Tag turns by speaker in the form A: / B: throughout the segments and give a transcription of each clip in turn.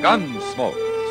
A: Gunsmoke,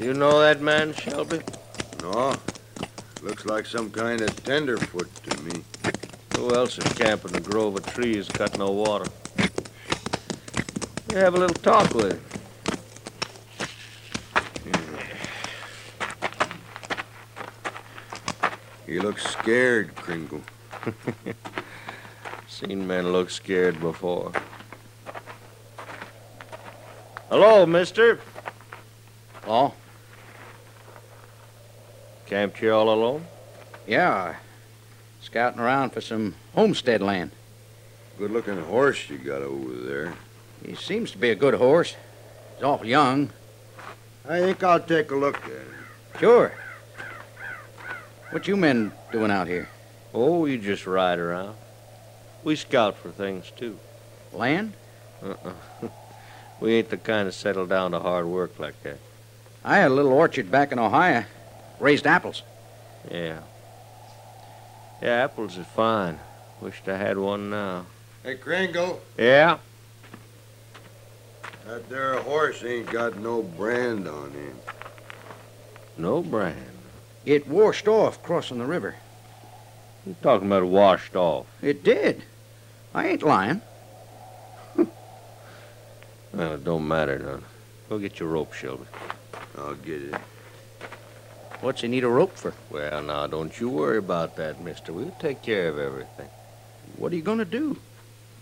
B: You know that man, Shelby?
C: No. Looks like some kind of tenderfoot to me.
B: Who else is camping in a grove of trees cutting no water? You have a little talk with him.
C: He looks scared, Kringle.
B: Seen men look scared before. Hello, mister.
D: Oh,
B: Camped here all alone?
D: yeah. Scouting around for some homestead land.
C: Good looking horse you got over there.
D: He seems to be a good horse. He's awful young.
C: I think I'll take a look at it.
D: Sure. What you men doing out here?
B: Oh, you just ride around. We scout for things, too.
D: Land?
B: Uh-uh. we ain't the kind to settle down to hard work like that.
D: I had a little orchard back in Ohio. Raised apples.
B: Yeah. Yeah, apples are fine. Wished I had one now.
C: Hey, Kringle,
B: Yeah?
C: that there horse ain't got no brand on him.
B: No brand.
D: It washed off crossing the river.
B: You talking about washed off.
D: It did. I ain't lying.
B: Well, Uh, it don't matter none. Go get your rope, Shelby.
C: I'll get it.
D: What's he need a rope for?
B: Well, now, don't you worry about that, mister. We'll take care of everything.
D: What are you going to do?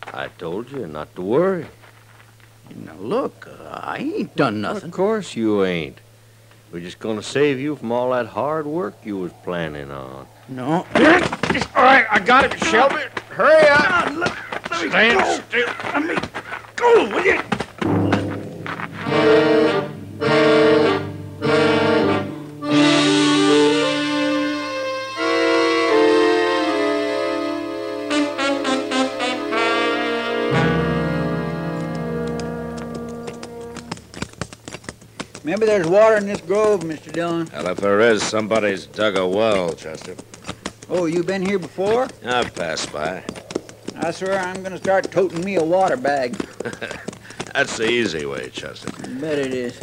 B: I told you not to worry.
D: Now, look, uh, I ain't done
B: Of
D: nothing.
B: course you ain't. We're just gonna save you from all that hard work you was planning on.
D: No.
B: All right, I got it, Shelby. Hurry up. Stand still.
E: Maybe there's water in this grove, Mr. Dillon.
F: Well, if there is, somebody's dug a well, Chester.
E: Oh, you been here before?
F: I've passed by.
E: I swear I'm gonna start toting me a water bag.
F: That's the easy way, Chester.
E: Bet it is.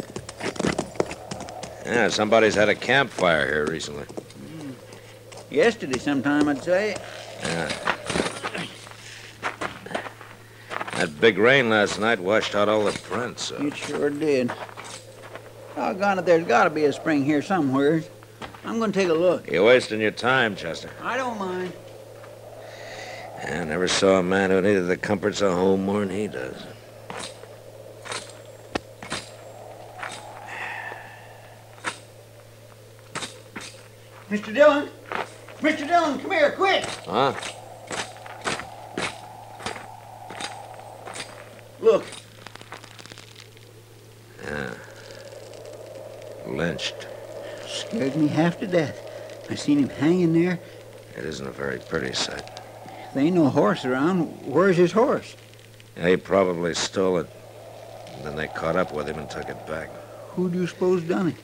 F: Yeah, somebody's had a campfire here recently.
E: Yesterday sometime, I'd say.
F: That big rain last night washed out all the prints. uh,
E: It sure did. Doggone it, there's gotta be a spring here somewhere. I'm gonna take a look.
F: You're wasting your time, Chester.
E: I don't mind.
F: I never saw a man who needed the comforts of home more than he does.
E: Mr. Dillon! Mr. Dillon, come here, quick!
F: Huh?
E: Look,
F: Lynched.
E: scared me half to death. I seen him hanging there.
F: It isn't a very pretty sight.
E: There ain't no horse around. Where's his horse?
F: They probably stole it. And then they caught up with him and took it back.
E: Who do you suppose done it?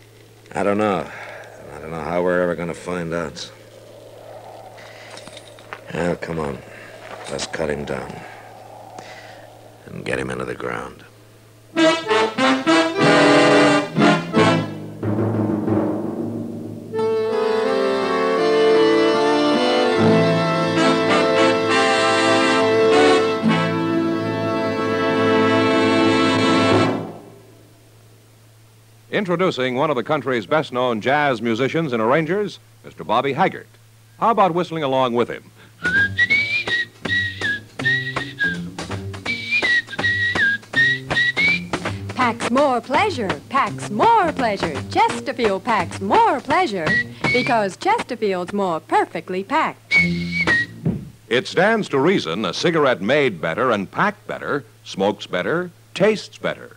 F: I don't know. I don't know how we're ever going to find out. Well, come on. Let's cut him down and get him into the ground.
G: Introducing one of the country's best known jazz musicians and arrangers, Mr. Bobby Haggart. How about whistling along with him?
H: Packs more pleasure, packs more pleasure. Chesterfield packs more pleasure because Chesterfield's more perfectly packed.
G: It stands to reason a cigarette made better and packed better smokes better, tastes better.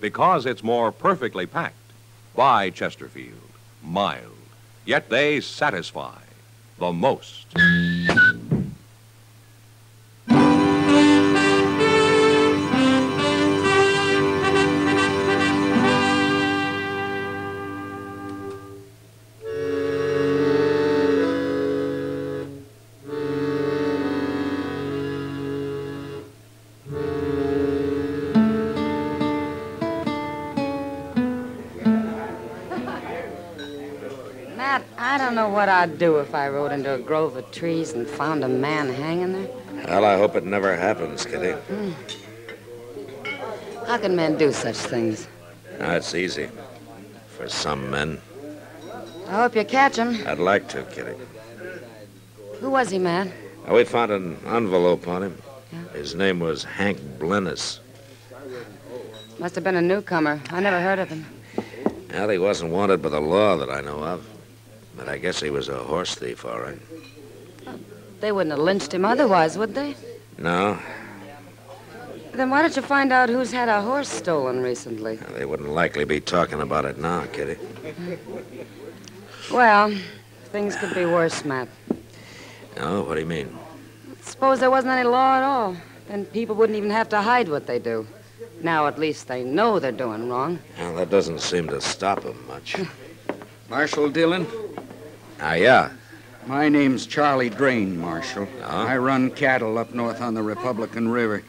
G: because it's more perfectly packed. By Chesterfield, mild, yet they satisfy the most.
I: Matt, I don't know what I'd do if I rode into a grove of trees and found a man hanging there.
F: Well, I hope it never happens, Kitty.
I: How can men do such things?
F: That's easy. For some men.
I: I hope you catch him.
F: I'd like to, Kitty.
I: Who was he, Matt?
F: Now, we found an envelope on him. His name was Hank Blennis.
I: Must have been a newcomer. I never heard of him.
F: Well, he wasn't wanted by the law that I know of. But I guess he was a horse thief, all right.
I: They wouldn't have lynched him otherwise, would they?
F: No,
I: Then why don't you find out who's had a horse stolen recently?
F: they wouldn't likely be talking about it now, Kitty.
I: Well, things could be worse, Matt.
F: No, what do you mean?
I: Suppose there wasn't any law at all. Then people wouldn't even have to hide what they do. Now at least they know they're doing wrong.
F: Well, that doesn't seem to stop him much.
D: Marshal Dillon?
F: Ah, yeah.
D: My name's Charlie Drain, Marshal.
F: Huh?
D: I run cattle up north on the Republican River.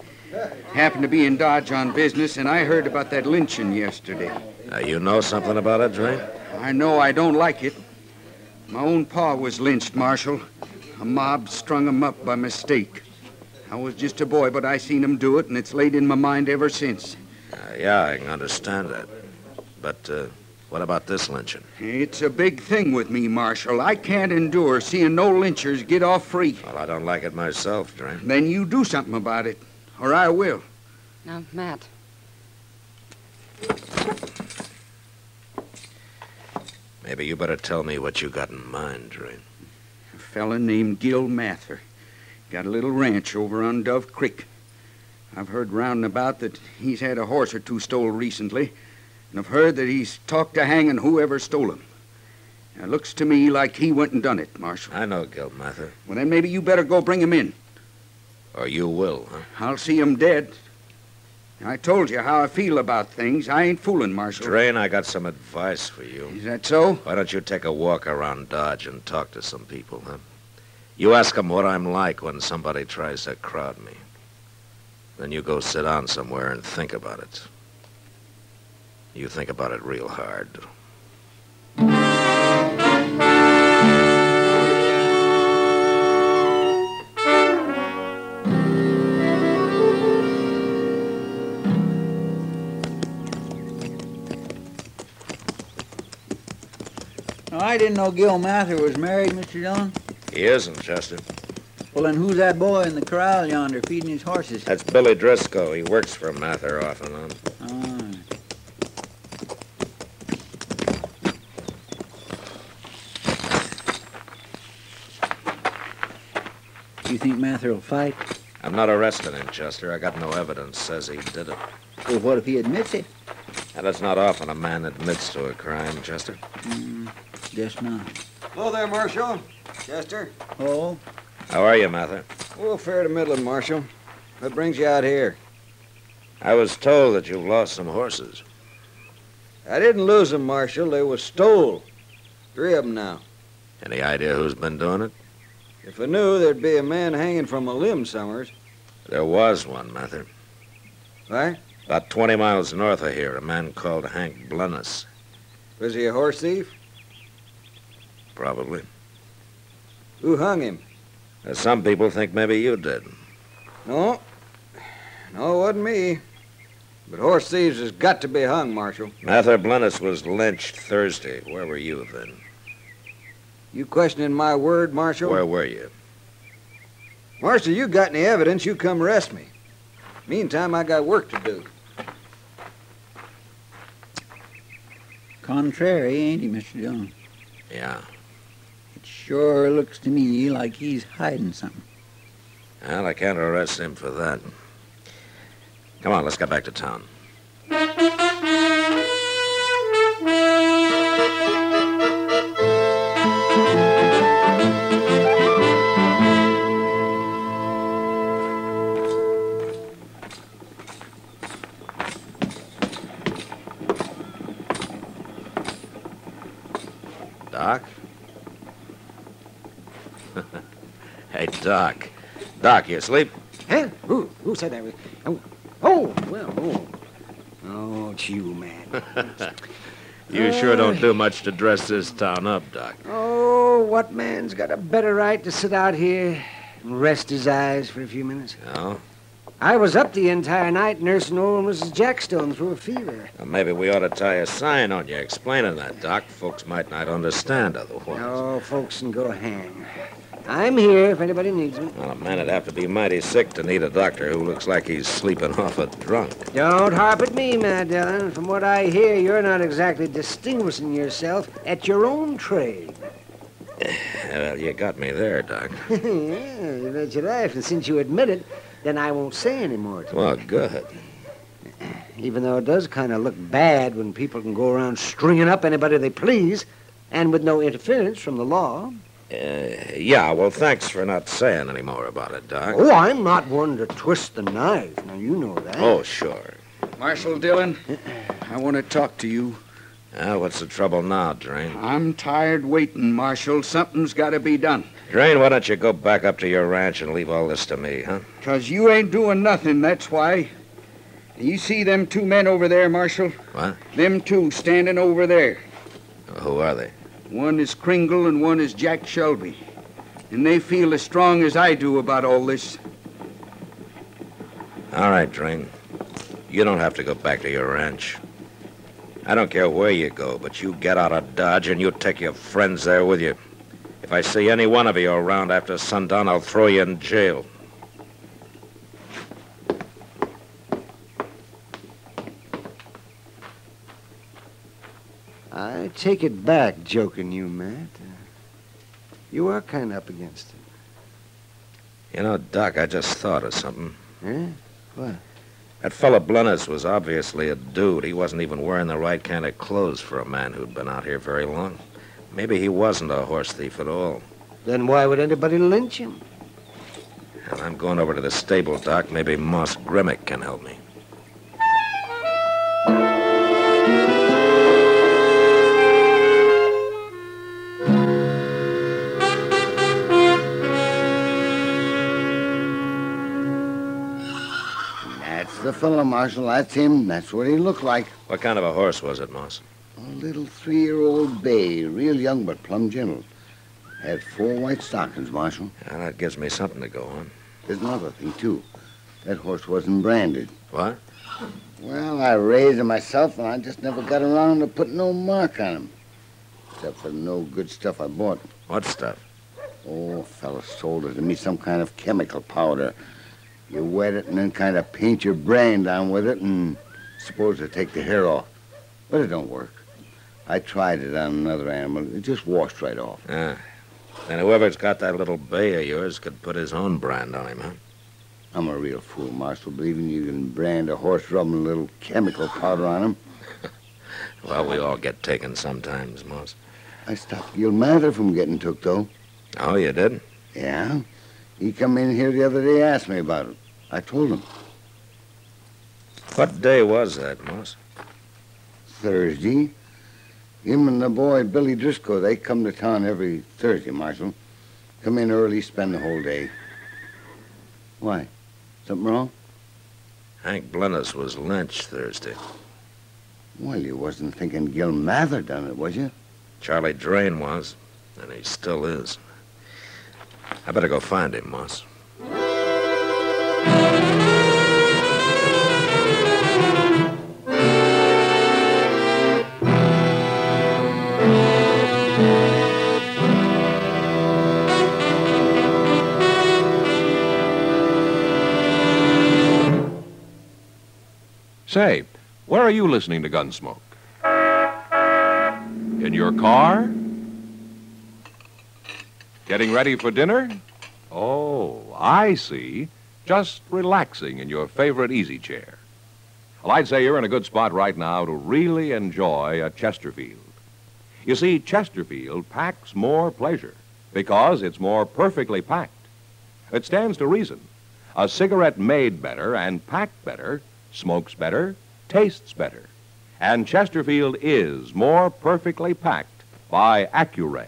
D: Happened to be in Dodge on business, and I heard about that lynching yesterday.
F: Now, Uh, you know something about it, Drake?
D: I know I don't like it. My own pa was lynched, Marshal. A mob strung him up by mistake. I was just a boy, but I seen him do it, and it's laid in my mind ever since.
F: Ah, yeah, I can understand that. But uh, what about this lynching?
D: It's a big thing with me, Marshal. I can't endure seeing no lynchers get off free.
F: Well, I don't like it myself, Drake.
D: Then you do something about it, or I will.
I: Now, Matt.
F: Maybe you better tell me what you got in mind, Drake.
D: A fella named Gil Mather. Got a little ranch over on Dove Creek. I've heard round and about that he's had a horse or two stole recently, and I've heard that he's talked to hanging whoever stole him. Now, it looks to me like he went and done it, Marshal.
F: I know Gil Mather.
D: Well, then maybe you better go bring him in.
F: Or you will, huh?
D: I'll see him dead. I told you how I feel about things. I ain't fooling, Marshal.
F: Drain, I got some advice for you.
D: Is that so?
F: Why don't you take a walk around Dodge and talk to some people, huh? You ask 'em what I'm like when somebody tries to crowd me. Then you go sit down somewhere and think about it. You think about it real hard.
E: Now, I didn't know Gil Mather was married, Mr. Dillon.
F: He isn't, Chester.
E: Well, then who's that boy in the corral yonder feeding his horses?
F: That's Billy Driscoll. He works for Mather off and on.
E: Ah, You think Mather will fight?
F: I'm not arresting him, Chester. I got no evidence says he did it.
E: Well, what if he admits it?
F: And it's not often a man admits to a crime, Chester.
E: Guess not.
C: Hello there, Marshal. Chester.
E: Oh,
F: How are you, Mather?
C: Oh, fair to middling, Marshal. What brings you out here?
F: I was told that you've lost some horses.
C: I didn't lose 'em, Marshal. They was stole. Three of 'em now.
F: Any idea who's been doing it?
C: If I knew, there'd be a man hanging from a limb somewheres.
F: There was one, Mather.
C: Right?
F: About 20 miles north of here, a man called Hank Blennis,
C: Was he a horse thief?
F: probably.
C: Who hung him?
F: Uh, Some people think maybe you did.
C: No. No, it wasn't me. But horse thieves has got to be hung, Marshal.
F: Mather Blennis was lynched Thursday. Where were you then?
C: You questioning my word, Marshal?
F: Where were you?
C: Marshal, you got any evidence, you come arrest me. Meantime, I got work to do.
E: contrary, ain't he, Mr. Dillon?
F: Yeah.
E: It sure looks to me like he's hiding something.
F: Well, I can't arrest him for that. Come on, let's get back to town. Doc? hey, Doc. Doc, you asleep?
J: Huh? Who, who said that was? Oh, oh well, oh. Oh, it's you, man.
F: You sure don't do much to dress this town up, Doc.
J: oh, what man's got a better right to sit out here and rest his eyes for a few minutes?
F: No?
J: I was up the entire night nursing old Mrs. Jackstone through a fever.
F: Well, maybe we ought to tie a sign on you explaining that, Doc. Folks might not understand otherwise.
J: Oh, folks, and go hang. I'm here if anybody needs me.
F: Well, a man'd have to be mighty sick to need a doctor who looks like he's sleeping off a drunk.
J: Don't harp at me, Matt Dillon. From what I hear, you're not exactly distinguishing yourself at your own trade.
F: Well, you got me there, Doc.
J: yeah, you bet your life. And since you admit it, then I won't say any more to
F: Well, good.
J: you. Even though it does kind of look bad when people can go around stringing up anybody they please, and with no interference from the law.
F: Uh, yeah, well, thanks for not saying any more about it, Doc.
J: Oh, I'm not one to twist the knife. Now, you know that.
F: Oh, sure.
D: Marshal Dillon, I want to talk to you.
F: Ah, what's the trouble now, Drain?
D: I'm tired waiting, Marshal. Something's got to be done.
F: Drain, why don't you go back up to your ranch and leave all this to me, huh?
D: Because you ain't doing nothing, that's why. You see them two men over there, Marshal?
F: What?
D: Them two standing over there.
F: Who are they?
D: One is Kringle and one is Jack Shelby. And they feel as strong as I do about all this.
F: All right, Drain. You don't have to go back to your ranch. I don't care where you go, but you get out of Dodge and you take your friends there with you. If I see any one of you around after sundown, I'll throw you in jail.
J: I take it back, joking you, Matt. uh, You are kind of up against it.
F: You know, Doc, I just thought of something.
J: Huh?
F: That fellow Blennis was obviously a dude. He wasn't even wearing the right kind of clothes for a man who'd been out here very long. Maybe he wasn't a horse thief at all.
J: Then why would anybody lynch him?
F: And I'm going over to the stable, Doc. Maybe Moss Grimmick can help me.
J: That's the fellow, Marshal. That's him. That's what he looked like.
F: What kind of a horse was it, Moss?
J: A little three-year-old bay, real young but plumb gentle. Had four white stockings, Marshal.
F: Well, that gives me something to go on.
J: There's another thing, too. That horse wasn't branded.
F: What?
J: Well, I raised him myself, and I just never got around to put no mark on him. Except for no good stuff I bought.
F: What stuff?
K: Oh, a fella sold it to me, some kind of chemical powder. You wet it and then kind of paint your brain down with it and suppose to take the hair off. But it don't work. I tried it on another animal. It just washed right off.
F: Yeah. And whoever's got that little bay of yours could put his own brand on him, huh?
K: I'm a real fool, Marshal, believing you can brand a horse rubbing a little chemical powder on him.
F: Well, we all get taken sometimes, Moss.
K: I stopped Gilmather from getting took, though.
F: Oh, you did?
K: Yeah. He come in here the other day asked me about it. I told him.
F: What day was that, Moss?
K: Thursday. Him and the boy Billy Driscoll, they come to town every Thursday, Marshal. Come in early, spend the whole day. Why? Something wrong?
F: Hank Blennis was lynched Thursday.
K: Well, you wasn't thinking Gil Mather done it, was you?
F: Charlie Drain was, and he still is. I better go find him, Moss.
G: Say, where are you listening to Gunsmoke? In your car? Getting ready for dinner? Oh, I see. Just relaxing in your favorite easy chair. Well, I'd say you're in a good spot right now to really enjoy a Chesterfield. You see, Chesterfield packs more pleasure because it's more perfectly packed. It stands to reason. A cigarette made better and packed better smokes better, tastes better. And Chesterfield is more perfectly packed by Accuray.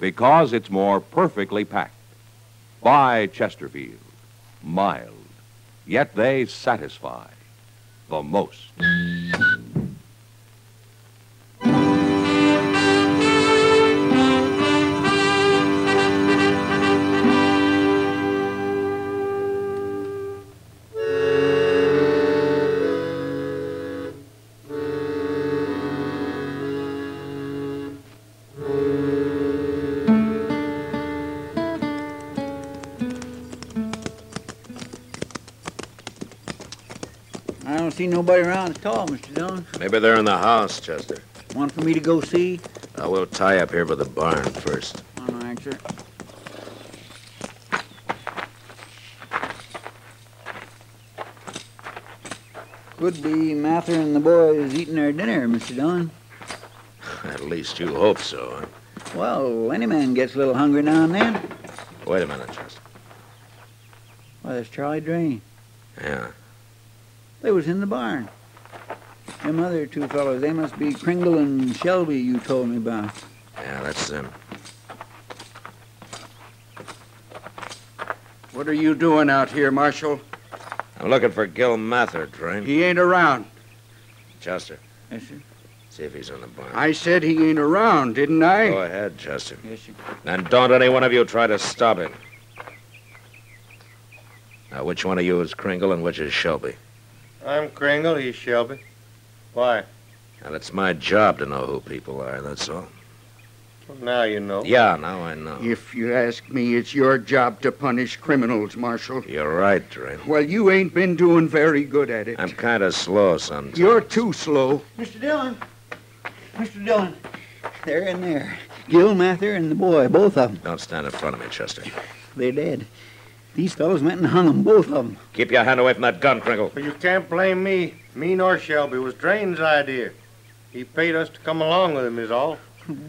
G: because it's more perfectly packed. By Chesterfield, mild, yet they satisfy the most.
E: I don't see nobody around at all, Mr. Dillon.
F: Maybe they're in the house, Chester.
E: Want for me to go see?
F: I will tie up here by the barn first.
E: All right, sir. Could be Mather and the boys eating their dinner, Mr. Dillon.
F: At least you hope so, huh?
E: Well, any man gets a little hungry now and then.
F: Wait a minute, Chester.
E: Why, there's Charlie Drain.
F: Yeah.
E: They was in the barn. Them other two fellows, they must be Kringle and Shelby you told me about.
F: Yeah, that's them.
D: What are you doing out here, Marshal?
F: I'm looking for Gil Mather, Drain.
D: He ain't around.
F: Chester,
E: Yes, sir.
F: see if he's in the barn.
D: I said he ain't around, didn't I?
F: Go ahead, Chester.
E: Yes, sir.
F: And don't any one of you try to stop him. Now, which one of you is Kringle and which is Shelby?
B: I'm Kringle, he's Shelby. Why?
F: And it's my job to know who people are, that's all.
B: Well, now you
D: Oh.
B: know.
F: Yeah, now I know.
D: If you ask me, it's your job to punish criminals, Marshal.
F: You're right, Drain.
D: Well, you ain't been doing very good at it.
F: I'm kind of slow sometimes.
D: You're too slow.
E: Mr. Dillon. Mr. Dillon. They're in there. Gil Mather and the boy, both of them.
F: Don't stand in front of me, Chester.
E: They're dead. These fellows went and hung them, both of them.
F: Keep your hand away from that gun, Kringle.
B: But you can't blame me. Me nor Shelby. It was Drain's idea. He paid us to come along with him, is all.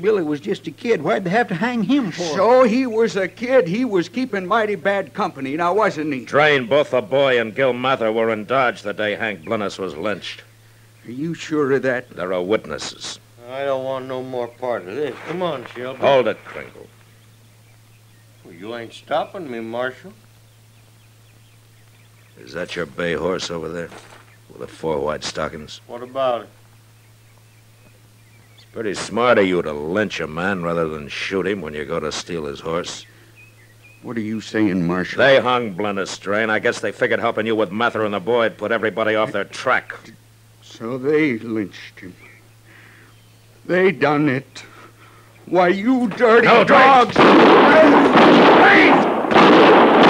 E: Billy was just a kid. Why'd they have to hang him for?
D: So he was a kid. He was keeping mighty bad company, now wasn't he?
F: Drain, both the boy and Gil Mather were in Dodge the day Hank Blennis was lynched.
D: Are you sure of that?
F: There are witnesses.
B: I don't want no more part of this. Come on, Shelby.
F: Hold it, Kringle.
B: Well, You ain't stopping me, Marshal.
F: Is that your bay horse over there? With the four white stockings?
B: What about it?
F: It's pretty smart of you to lynch a man rather than shoot him when you go to steal his horse.
D: What are you saying, Marshal?
F: They hung Blender Strain. I guess they figured helping you with Mather and the boy would put everybody off their track.
D: So they lynched him. They done it. Why, you dirty
F: No, Drake.
D: dogs! Drake!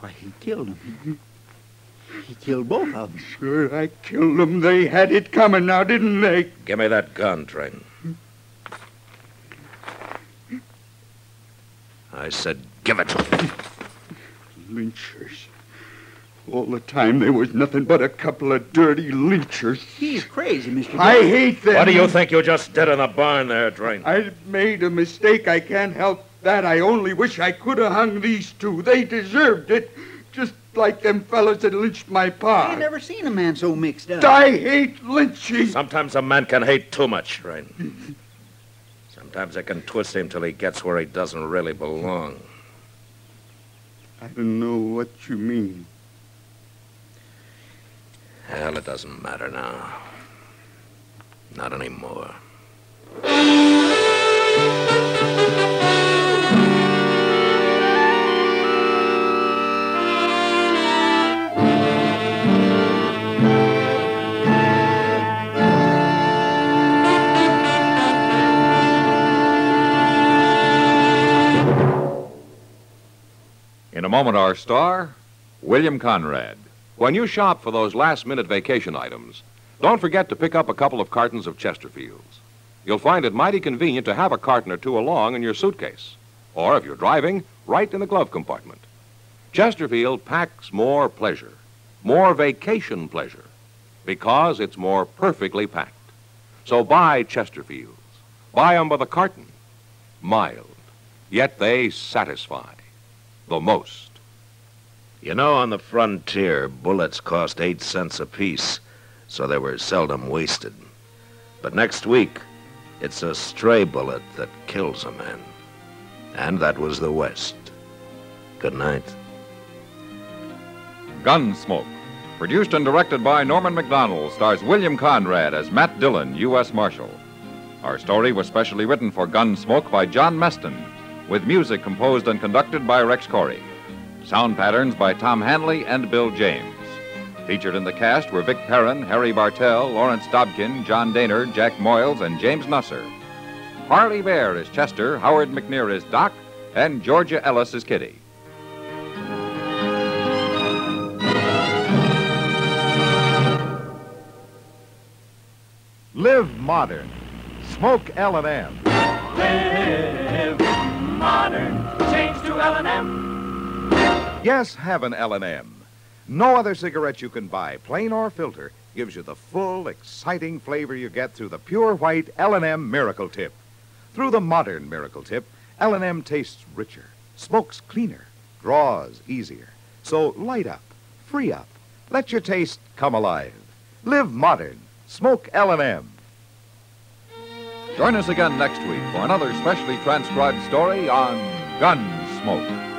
E: Why, he killed him. He killed both of them.
D: Sure, I killed them. They had it coming now, didn't they?
F: Give me that gun, Train. I said, give it to him.
D: Lynchers. All the time they was nothing but a couple of dirty lynchers.
E: He's crazy, Mr.
D: I hate them.
F: What do you think you just did in the barn there, Drain?
D: I made a mistake. I can't help that. I only wish I could have hung these two. They deserved it. Just like them fellas that lynched my
E: I
D: pa.
E: ain't never seen a man so mixed up.
D: I hate lynching.
F: Sometimes a man can hate too much, Drain. Sometimes it can twist him till he gets where he doesn't really belong.
D: I don't know what you mean.
F: Hell, it doesn't matter now. Not anymore.
A: In a moment, our star, William Conrad.
G: When you shop for those last minute vacation items, don't forget to pick up a couple of cartons of Chesterfields. You'll find it mighty convenient to have a carton or two along in your suitcase, or if you're driving, right in the glove compartment. Chesterfield packs more pleasure, more vacation pleasure, because it's more perfectly packed. So buy Chesterfields. Buy 'em by the carton. Mild, yet they satisfy the most.
F: You know, on the frontier, bullets cost eight cents apiece, so they were seldom wasted. But next week, it's a stray bullet that kills a man. And that was the West. Good night.
A: Gunsmoke, produced and directed by Norman McDonald, stars William Conrad as Matt Dillon, U.S. Marshal. Our story was specially written for Gunsmoke by John Meston, with music composed and conducted by Rex Corey. Sound patterns by Tom Hanley and Bill James. Featured in the cast were Vic Perrin, Harry Bartell, Lawrence Dobkin, John Daner, Jack Moyles, and James Nusser. Harley Bear is Chester, Howard McNear is Doc, and Georgia Ellis is Kitty.
L: Live modern. Smoke L&M.
M: Live modern. Change to L&M.
L: Yes, have an L&M. No other cigarette you can buy, plain or filter, gives you the full, exciting flavor you get through the pure white L&M Miracle Tip. Through the modern Miracle Tip, L&M tastes richer, smokes cleaner, draws easier. So light up, free up, let your taste come alive. Live modern. Smoke L&M.
A: Join us again next week for another specially transcribed story on Gunsmoke.